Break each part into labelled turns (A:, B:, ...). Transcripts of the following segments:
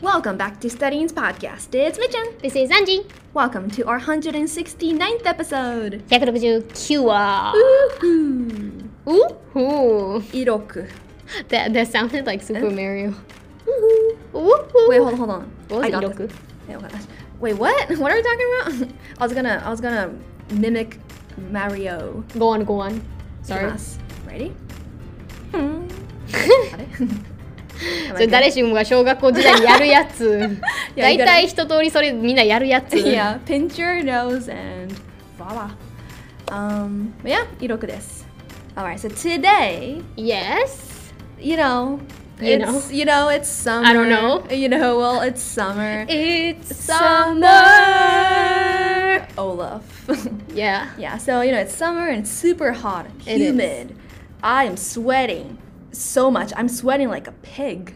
A: Welcome back to Studying's podcast. It's Mitchin.
B: This is Angie.
A: Welcome to our 169th episode.
B: 169話。
A: Woohoo!
B: Ooh.
A: Iroku.
B: That, that sounded like Super Mario.
A: Woohoo!
B: Ooh.
A: Wait, hold on, hold on.
B: What was
A: I got this.
B: Iroku?
A: Yeah, oh my gosh. Wait, what? What are we talking about? I was gonna, I was gonna mimic Mario.
B: Go on, go on. Sorry.
A: Ikimasu. Ready? Hmm. あ れ
B: それ誰しもが小学校時代にやるやつ
A: いや
B: 大体一通りそれみんなやるや つ
A: yeah, pinch your nose and voila. Um, yeah, iroku desu. All right, so today,
B: Yes
A: you know,
B: You
A: it's you know it's summer.
B: I don't know.
A: You know, well, it's summer.
B: It's
A: summer. Olaf.
B: Yeah
A: yeah, so you know it's summer and it's super hot, and
B: It is.
A: humid. I am sweating so much. I'm sweating like a pig.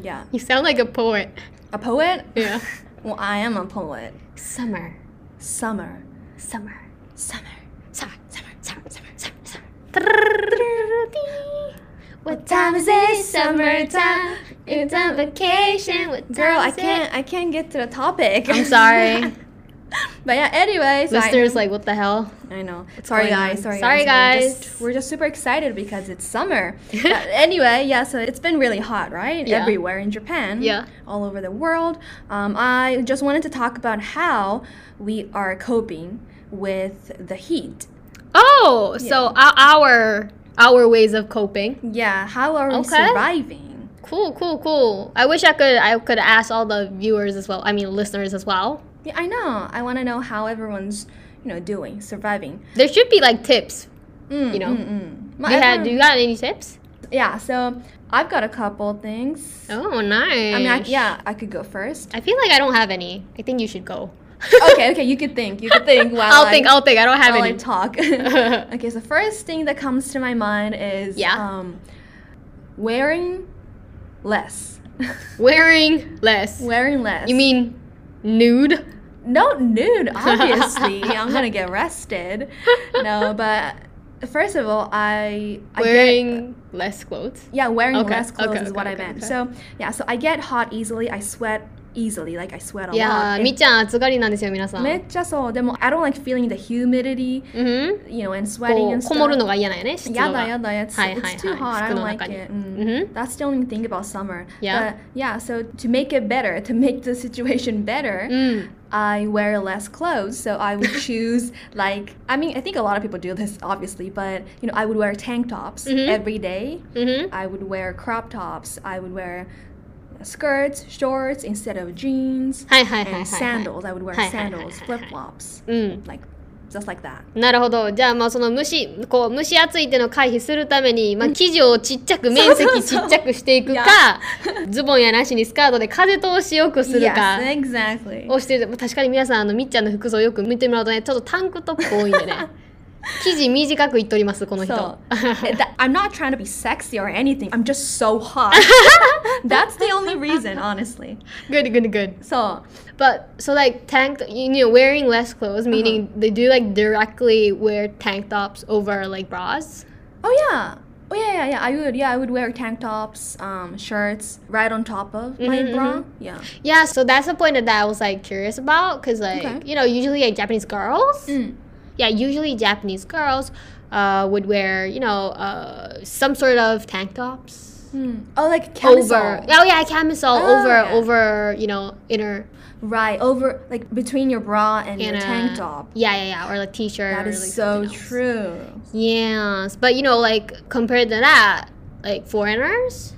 A: Yeah,
B: You sound like a poet
A: a poet.
B: Yeah
A: Well, I am a poet.
B: Summer
A: Summer,
B: Summer
A: summer.
B: Summer Summer Summer Summer Summer Summer Trrrrrrrrrrrrrrrrrrrrrrrrrrrr. What time is it? Summertime It's on vacation What time
A: Girl, I
B: is it?
A: can't. I can't get to the topic.
B: I'm sorry.
A: but yeah. Anyway, so
B: Listeners like what the hell
A: I, I know. Sorry
B: going on?
A: guys. Sorry,
B: Sorry,
A: guys. We're
B: guys.
A: just, we're just super excited because it's summer. Uh, anyway, yeah. So it's been really hot, right?
B: Yeah.
A: Everywhere in Japan.
B: Yeah.
A: All over the world. Um, I just wanted to talk about how we are coping with the heat.
B: Oh so ou- our our ways of coping
A: Yeah. How are we
B: Okay.
A: surviving?
B: Cool, cool, cool. I wish I could I could ask all the viewers as well. I mean listeners as well.
A: Yeah, I know. I want to know how everyone's, you know, doing, surviving.
B: There should be like tips.
A: Mm,
B: You know.
A: mm, mm.
B: Do you, had, do you got any tips?
A: Yeah, so I've got a couple things.
B: Oh, nice.
A: I mean, I, yeah, I could go first.
B: I feel like I don't have any. I think you should go.
A: okay, okay, you could think. You could think while
B: I'll
A: I,
B: think. I'll think. I don't have
A: while I
B: any.
A: talk. okay, so first thing that comes to my mind is
B: Yeah.
A: um, wearing less.
B: Wearing less.
A: wearing less.
B: You mean nude?
A: no nude? Obviously, I'm gonna get arrested. No, but first of all, I I get-
B: Wearing less clothes.
A: Yeah, wearing
B: Okay,
A: less clothes
B: okay,
A: is what
B: okay,
A: I
B: okay,
A: meant.
B: okay.
A: So yeah, so I get hot easily. I sweat easily. Like I sweat a
B: いや
A: lot.
B: ー、みっちゃん暑がりなんですよ、皆さん。
A: めっちゃそう。でも I don't like feeling the humidity,
B: うん。
A: you know, and sweating
B: こ
A: and
B: う
A: stuff.
B: こもるのが嫌なんやね、湿度が。
A: やだやだ。It's
B: はいはいはい
A: it's too hot. I
B: 服
A: don't
B: の
A: like
B: 中に
A: it.
B: う
A: Mm.
B: ん。
A: That's the only thing about summer. But,
B: Yeah.
A: yeah. So to make it better, to make the situation better,
B: うん。
A: I wear less clothes. So I would choose like I mean I think a lot of people do this obviously, but you know I would wear tank tops
B: Mhm.
A: every day.
B: うん。
A: I would wear crop tops. I would wear skirts, shorts instead of jeans,
B: はいはいはいはい、はい。
A: and sandals. I would wear
B: Hi, hi,
A: sandals,
B: hi, hi, hi.
A: flip flops,
B: うん。
A: like just like that.
B: なるほどじゃあまあその蒸しこう蒸し暑いっていうのを回避するために、まあ、生地をちっち ゃく面積ちっちゃくしていくか ズボンやなしにスカートで風通しよくするか
A: Yes, exactly.
B: をしてる、まあ確かに皆さんあのみっちゃんの服装よく見てもらうとねちょっとタンクトップ 多いん でね生地短くいっとりますこの人
A: So that- I'm not trying to be sexy or anything. I'm just so hot. That's the only reason, honestly.
B: good good good
A: So
B: but so like tank you know wearing less clothes meaning they do like directly wear tank tops over like bras
A: oh yeah. Oh yeah, yeah, yeah. I would, yeah, I would wear tank tops, um, shirts right on top of my
B: Mhm,
A: bra. Yeah.
B: yeah so that's the point that i was like curious about because like
A: Okay.
B: you know usually like japanese girls
A: Mm.
B: yeah, usually Japanese girls uh, would wear, you know, uh, some sort of tank tops
A: Mm. Oh, like camisole.
B: over. Oh yeah, camisole
A: Oh,
B: over
A: yeah.
B: over, you know, inner
A: Right over, like between your bra and your
B: inner
A: tank top.
B: Yeah, yeah, yeah, or like t-shirt.
A: That
B: or,
A: is
B: like,
A: so
B: something else.
A: true.
B: Yes, but you know, like compared to that, like foreigners,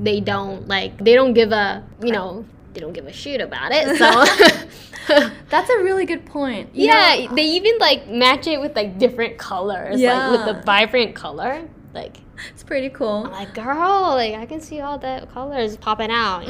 B: they don't like they don't give a you know they don't give a shit about it. So.
A: That's a really good point. You
B: Yeah,
A: know,
B: they even like match it with like different colors, like with
A: Yeah.
B: the vibrant color. Like
A: it's pretty
B: I'm
A: cool.
B: like, girl, like I can see all the colors popping out.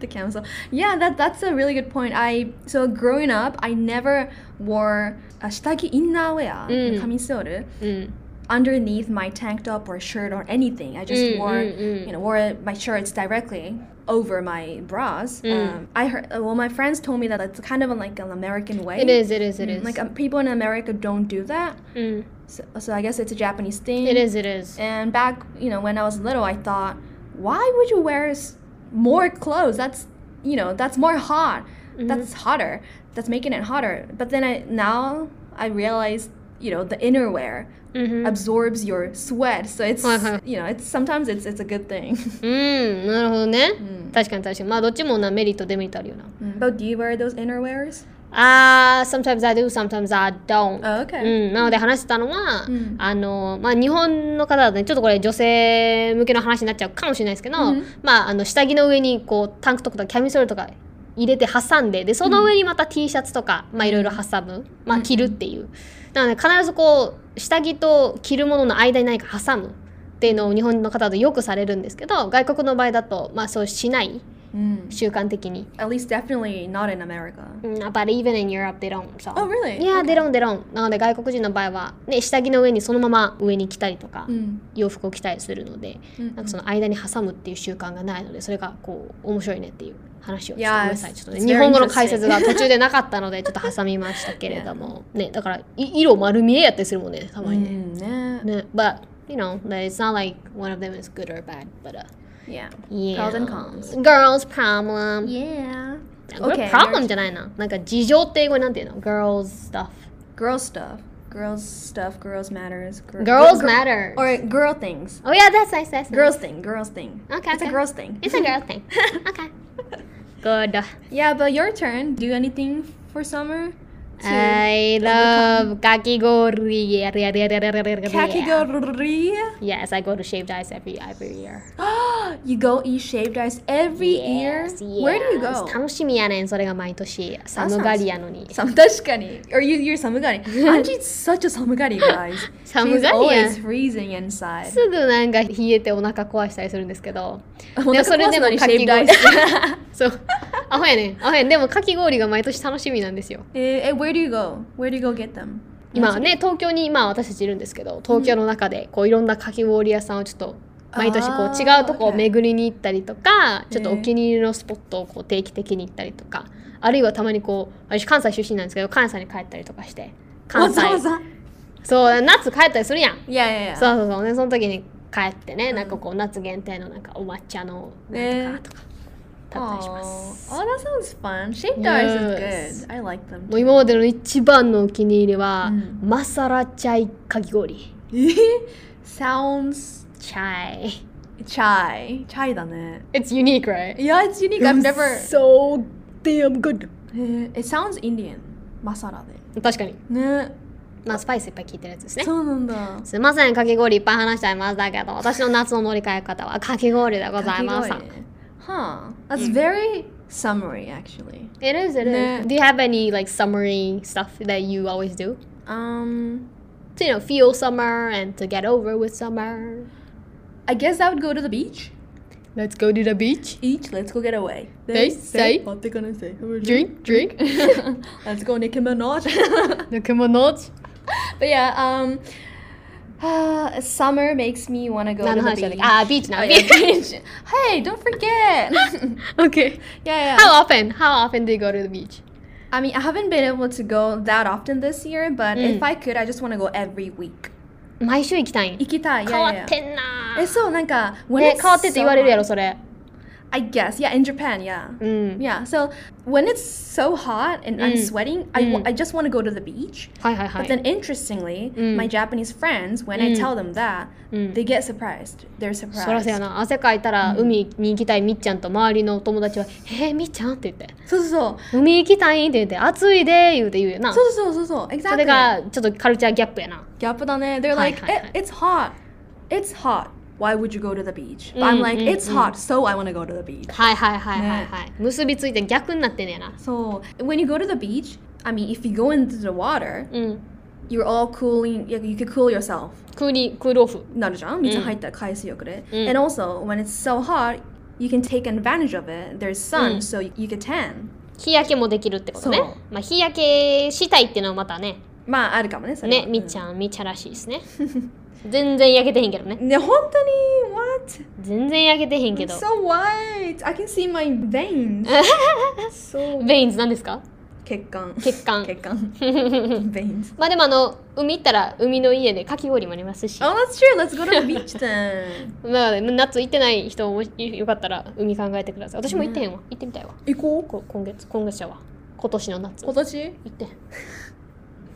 A: the camisole. Yeah, that that's a really good point. I so growing up, I never wore a shtaki innerwear,
B: Mm.
A: kamisole,
B: Mm.
A: underneath my tank top or shirt or anything. I just
B: Mm,
A: wore,
B: mm, mm.
A: you know, wore my shirts directly over my bras.
B: Mm.
A: Um, I heard, well, my friends told me that it's kind of like an American way.
B: It is, it is, it is.
A: Like um, people in America don't do that.
B: Mm.
A: So, so I guess it's a Japanese thing.
B: It is, it is.
A: And back, you know, when I was little, I thought, why would you wear s- more clothes? That's you know that's more hot that's hotter that's making it hotter but then i now i realize you know the innerwear Mm.
B: Mhm.
A: absorbs your sweat so it's
B: Uh-huh.
A: you know it's sometimes it's it's a good thing
B: うんなるほどね、
A: うん
B: 確かに確かにまあどっちもなメリットデメリットあるよな
A: Mm. but do you wear those innerwears
B: あー sometimes I do sometimes I don't、
A: oh, okay
B: うん、なので話してたのは、
A: うん
B: あのまあ、日本の方だとねちょっとこれ女性向けの話になっちゃうかもしれないですけど、
A: うん
B: まあ、あの下着の上にこうタンクトップとかキャミソールとか入れて挟んででその上にまた T シャツとか、まあ、いろいろ挟む、まあ、着るっていう、なので必ずこう下着と着るものの間に何か挟むっていうのを日本の方だとよくされるんですけど外国の場合だと、まあ、そうしない
A: Mm.
B: 習慣的に、
A: at least definitely not in america
B: うん but even in Europe they don't so
A: oh really
B: いや、デロンデロン。なので外国人の場合は、ね、下着の上にそのまま上に着たりとか、
A: Mm.
B: 洋服を着たりするので、
A: Mm.
B: なんかその間に挟むっていう習慣がないので、それがこう面白いねっていう話をしてく
A: Yes,
B: ださい。ちょっとね、
A: it's very
B: 日本語の解説が 途中でなかったので、ちょっと挟みましたけれども、ね、だからい色丸見えやったりするもんね、たまにね。
A: Mm, yeah.
B: ね、but you know, that it's not like one of them is good or bad, but、uh,
A: yeah
B: yeah.
A: Pros and cons.
B: Girls problem.
A: yeah
B: これ
A: Okay,
B: problem じゃないな。なんか事情って英語になんていうの ?girls stuff.
A: girl stuff girls stuff girls matters gir-
B: Girls
A: gir-
B: matter.
A: or girl things
B: Oh yeah, that's nice, that's nice.
A: girls thing girls thing
B: Okay,
A: it's a
B: okay.
A: girls thing
B: It's a girl thing. okay. Good.
A: yeah but your turn do anything for summer to
B: I love kakigori. Yeah, yeah, yeah, yeah, yeah, yeah, yeah.
A: kakigori
B: Yes, I go to shaved ice every every year.
A: you go eat shaved ice every year
B: Yes, yes.
A: where do you go
B: 楽しみやねん、それが毎年。寒がりやのに。
A: Some 確かに or you, you're samugari Angie's such a samugari guys she's
B: 寒がりや
A: always freezing inside
B: すぐなんか冷えてお腹壊したりするんですけど。
A: お腹壊すのに
B: かき
A: shaved
B: 氷
A: ice
B: そう。アホやねん。アホやねん。でもかき氷が毎年楽しみなんですよ。
A: えー Eh, where do you go where do you go get them
B: 今はね東京に今私たちいるんですけど東京の中でこういろんなかき氷屋さんをちょっと毎年こ
A: あ
B: う違
A: ー
B: うとこ
A: OK
B: を巡りに行ったりとかちょっと
A: へー
B: お気に入りのスポットをこう定期的に行ったりとかあるいはたまにこう私関西出身なんですけど関西に帰ったりとかして関西
A: わざわざ
B: そう夏帰ったりするやん
A: Yeah, yeah, yeah.
B: そうそうそうねその時に帰ってねなんかこう夏限定のなんかお抹茶のなんとかとか食べたりしま
A: Aw.
B: す
A: Oh, that sounds fun. Shaved ice is
B: Yes.
A: good. I like them.
B: もう今までの一番のお気に入りは
A: うん
B: マサラチャイかき氷
A: sounds
B: チャイ
A: chai. Chai だね。
B: It's unique, right?
A: Yeah, it's unique. I've never.
B: So damn good.
A: Eh, It sounds Indian. マサラで。
B: 確かに。
A: ね。
B: まあ、スパイスいっぱい効いてるやつですね。
A: そうなんだ。
B: すいません、かき氷いっぱい話しちゃいましたけど、私の夏の乗り換え方はかき氷でございます。
A: Huh. That's very summary, actually.
B: It is, it is.、
A: ね
B: Do you have any like summary stuff that you always do?
A: Um,
B: To, you know, feel summer and to get over with summer.
A: I guess I would go to the beach.
B: Let's go to the beach.
A: Eat. Let's go get away.
B: They say-
A: What they gonna say?
B: Drink, drink.
A: Let's go Nicki Minaj.
B: the kimonos.
A: But yeah, um, uh, summer makes me want to go
B: 何
A: to
B: の
A: the
B: 話だっ
A: beach.
B: けあー、ビーチ
A: Oh,
B: な。ビ
A: yeah,
B: ーチ。
A: beach. Hey, don't forget.
B: okay.
A: yeah, yeah.
B: How often? How often do you go to the beach?
A: I mean, I haven't been able to go that often this year, but
B: Mm.
A: if I could, I just want to go every week.
B: 毎週行きたいん。
A: 行きたい,
B: 変わ
A: yeah,
B: っ
A: yeah.
B: てんなー。
A: え、そう、なんか、when
B: ね、
A: it's
B: 変わってって言われるやろ
A: so
B: それ
A: hot- I guess, yeah, in Japan, yeah.
B: うん
A: Yeah, so when it's so hot and I'm
B: うん。
A: sweating, I, w-
B: うん。
A: I just want to go to the beach.
B: はいはいは
A: But then,
B: い
A: interestingly,
B: Mm.
A: my Japanese friends, when I
B: Mm.
A: tell them that,
B: うん
A: they get surprised. They're surprised.
B: そらせやな汗かいたら海に行きたいみっちゃんと周りのお友達は「えー、みっちゃん?」って言って
A: そうそうそう
B: 「海行きたい?」って言って「暑いで」言うて言うよな
A: そうそうそうそう、exactly.
B: それがちょっとカルチャーギャップやな
A: ギャップだね。They're
B: はい
A: like,
B: はいはい
A: "Eh, it's hot. It's hot. Why would you go to the beach? But I'm
B: うん
A: like,
B: うん
A: it's hot, so I want to go to the beach.
B: はいはいはいはいはい、結びついて逆になってんねやな
A: So when you go to the beach, I mean, if you go into the water,
B: うん、
A: you're all cooling. You, you could cool yourself.
B: クーリクールオフ
A: なるじゃん水入ったら海水浴で。
B: うん
A: And also, when it's so hot, you can take advantage of it. There's sun,
B: うん
A: so you can tan.
B: 日焼けもできるってことね
A: そう、
B: まあ、日焼けしたいっていうのはまたね
A: まあ、あるかもね、それは
B: ねみっちゃんみっちゃんらしいですね全然焼けてへんけどね
A: ね、本当に What?
B: 全然焼けてへんけ ど
A: So white! I can see my veins. so...
B: ベインズ何ですか
A: 血管。
B: 血管
A: 血管。veins.
B: まあでもあの海行ったら海の家でかき氷もありますし
A: Oh, that's true. Let's go to the beach then.
B: なので夏行ってない人もよかったら海考えてください私も行ってへんわ、行ってみたいわ
A: 行こ
B: こ今月今月ちゃうわ今年の夏
A: う。
B: 行
A: 今年
B: ってへん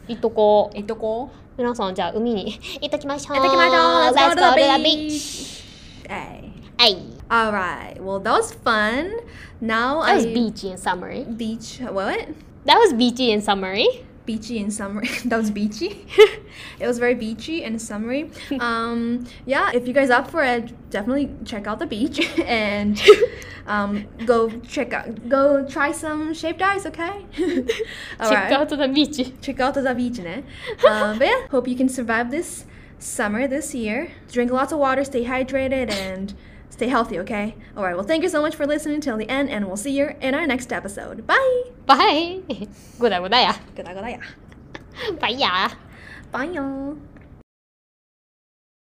B: 行っとこう
A: 行っとこ
B: 皆さんじゃあ海に行っときましょう
A: 行っときましょう Oh, Let's go to
B: Let's go to
A: the
B: the beach
A: beach. u Hey.
B: はい
A: All right. Well, that was fun. Now
B: That was
A: I
B: beachy in summary
A: beach. What?
B: That was beachy in summary
A: beachy in summary. that was beachy. it was very beachy in summary. Um, yeah, if you guys up for it, definitely check out the beach and um, go check out, go try some shaped eyes. Okay. All
B: Check
A: right.
B: out the beach
A: Check out the beach, ne? Um, but yeah, hope you can survive this summer this year. Drink lots of water, stay hydrated, and stay healthy. Okay. All right. Well, thank you so much for listening till the end, and we'll see you in our next episode. Bye.
B: Bye ごだごだや
A: Good, good, yeah.
B: Bye や
A: Bye, y'all.